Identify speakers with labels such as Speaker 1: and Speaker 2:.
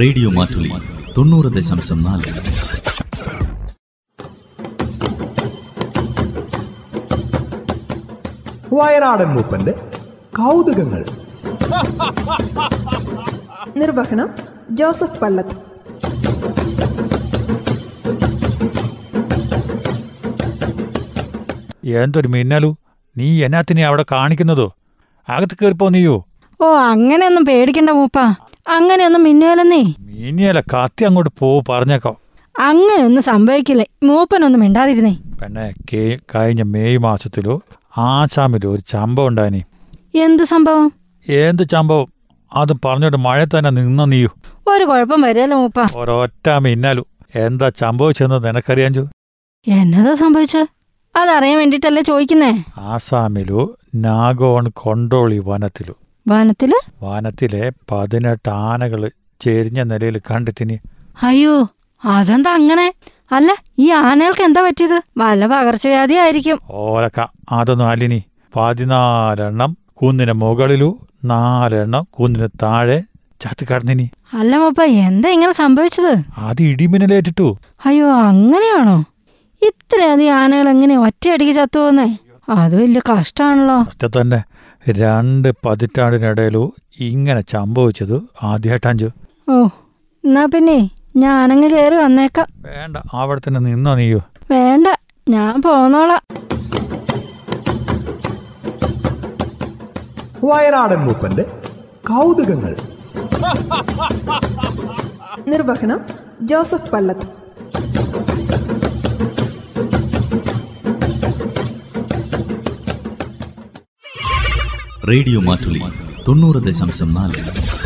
Speaker 1: radio Mattoli തൊണ്ണൂറ് ദശാംശം നാല്
Speaker 2: വയനാടൻ മൂപ്പന്റെ കൗതുകങ്ങൾ
Speaker 3: നിർവഹണം ജോസഫ് പള്ളത്ത്
Speaker 4: എന്തൊരു മിന്നലു നീ എന്നാത്തിനെ അവിടെ കാണിക്കുന്നതോ അകത്ത് കയറിപ്പോ നീയോ
Speaker 5: ഓ അങ്ങനെയൊന്നും പേടിക്കണ്ട മൂപ്പ അങ്ങനെയൊന്നും മിന്നുവല്ലെന്നേ
Speaker 4: മിന്നിയല്ല കത്തി അങ്ങോട്ട് പോ പറഞ്ഞേക്കാം
Speaker 5: അങ്ങനെയൊന്നും സംഭവിക്കില്ല മൂപ്പനൊന്നും മിണ്ടാതിരുന്നേ
Speaker 4: പെണ്ണെ കേ കഴിഞ്ഞ മെയ് മാസത്തിലോ ആസാമിലോ ഒരു ചമ്പം ഉണ്ടായിനി
Speaker 5: എന്ത് സംഭവം
Speaker 4: എന്ത് ചമ്പവും അത് പറഞ്ഞോട്ട് മഴ തന്നെ നിന്ന നീയോ
Speaker 5: ഒരു കുഴപ്പം വരികയല്ല മൂപ്പ
Speaker 4: ഒരൊറ്റ മിന്നാലു എന്താ ചമ്പവിച്ചെന്ന് നിനക്കറിയാഞ്ചു
Speaker 5: എന്നതാ സംഭവിച്ച അതറിയാൻ വേണ്ടിട്ടല്ലേ ചോദിക്കുന്നേ
Speaker 4: ആസാമിലോ നാഗോൺ കൊണ്ടോളി വനത്തിലോ
Speaker 5: വനത്തില്
Speaker 4: വനത്തിലെ പതിനെട്ട് ആനകൾ ചെരിഞ്ഞ നിലയിൽ കണ്ടെത്തിനി
Speaker 5: അയ്യോ അതെന്താ അങ്ങനെ അല്ല ഈ ആനകൾക്ക് എന്താ പറ്റിയത് വല്ല പകർച്ചവ്യാധി ആയിരിക്കും
Speaker 4: ഓലക്ക അതൊന്നും അല്ലിനി പതിനാലെണ്ണം കുന്നിന് മുകളിലു നാലെണ്ണം കുന്നിന് താഴെ ചത്ത് കടന്നിനി
Speaker 5: അല്ല മൂപ്പ എന്താ ഇങ്ങനെ സംഭവിച്ചത്
Speaker 4: അത് ഇടിമിന്നലേറ്റിട്ടു
Speaker 5: അയ്യോ അങ്ങനെയാണോ ഇത്രയധികം ആനകൾ എങ്ങനെ ഒറ്റയടിക്ക് ചത്തുപോകുന്നേ അത് വലിയ കഷ്ടാണല്ലോ
Speaker 4: ഫസ്റ്റ് തന്നെ രണ്ട് പതിറ്റാണ്ടിനിടയിലു ഇങ്ങനെ സംഭവിച്ചത് ആദ്യമായിട്ടാഞ്ചു
Speaker 5: ഓ എന്നാ പിന്നെ ഞാനങ്ങ് കയറി വന്നേക്കാം
Speaker 4: വേണ്ട അവിടെ തന്നെ നിന്നോ നീയോ
Speaker 5: വേണ്ട ഞാൻ പോന്നോളാം
Speaker 2: വയനാടൻ മൂപ്പന്റെ കൗതുകങ്ങൾ
Speaker 3: നിർവഹണം ജോസഫ് പള്ളത്ത്
Speaker 1: റേഡിയോ മാറ്റുലി തൊണ്ണൂറ് ദശാംശം നാല്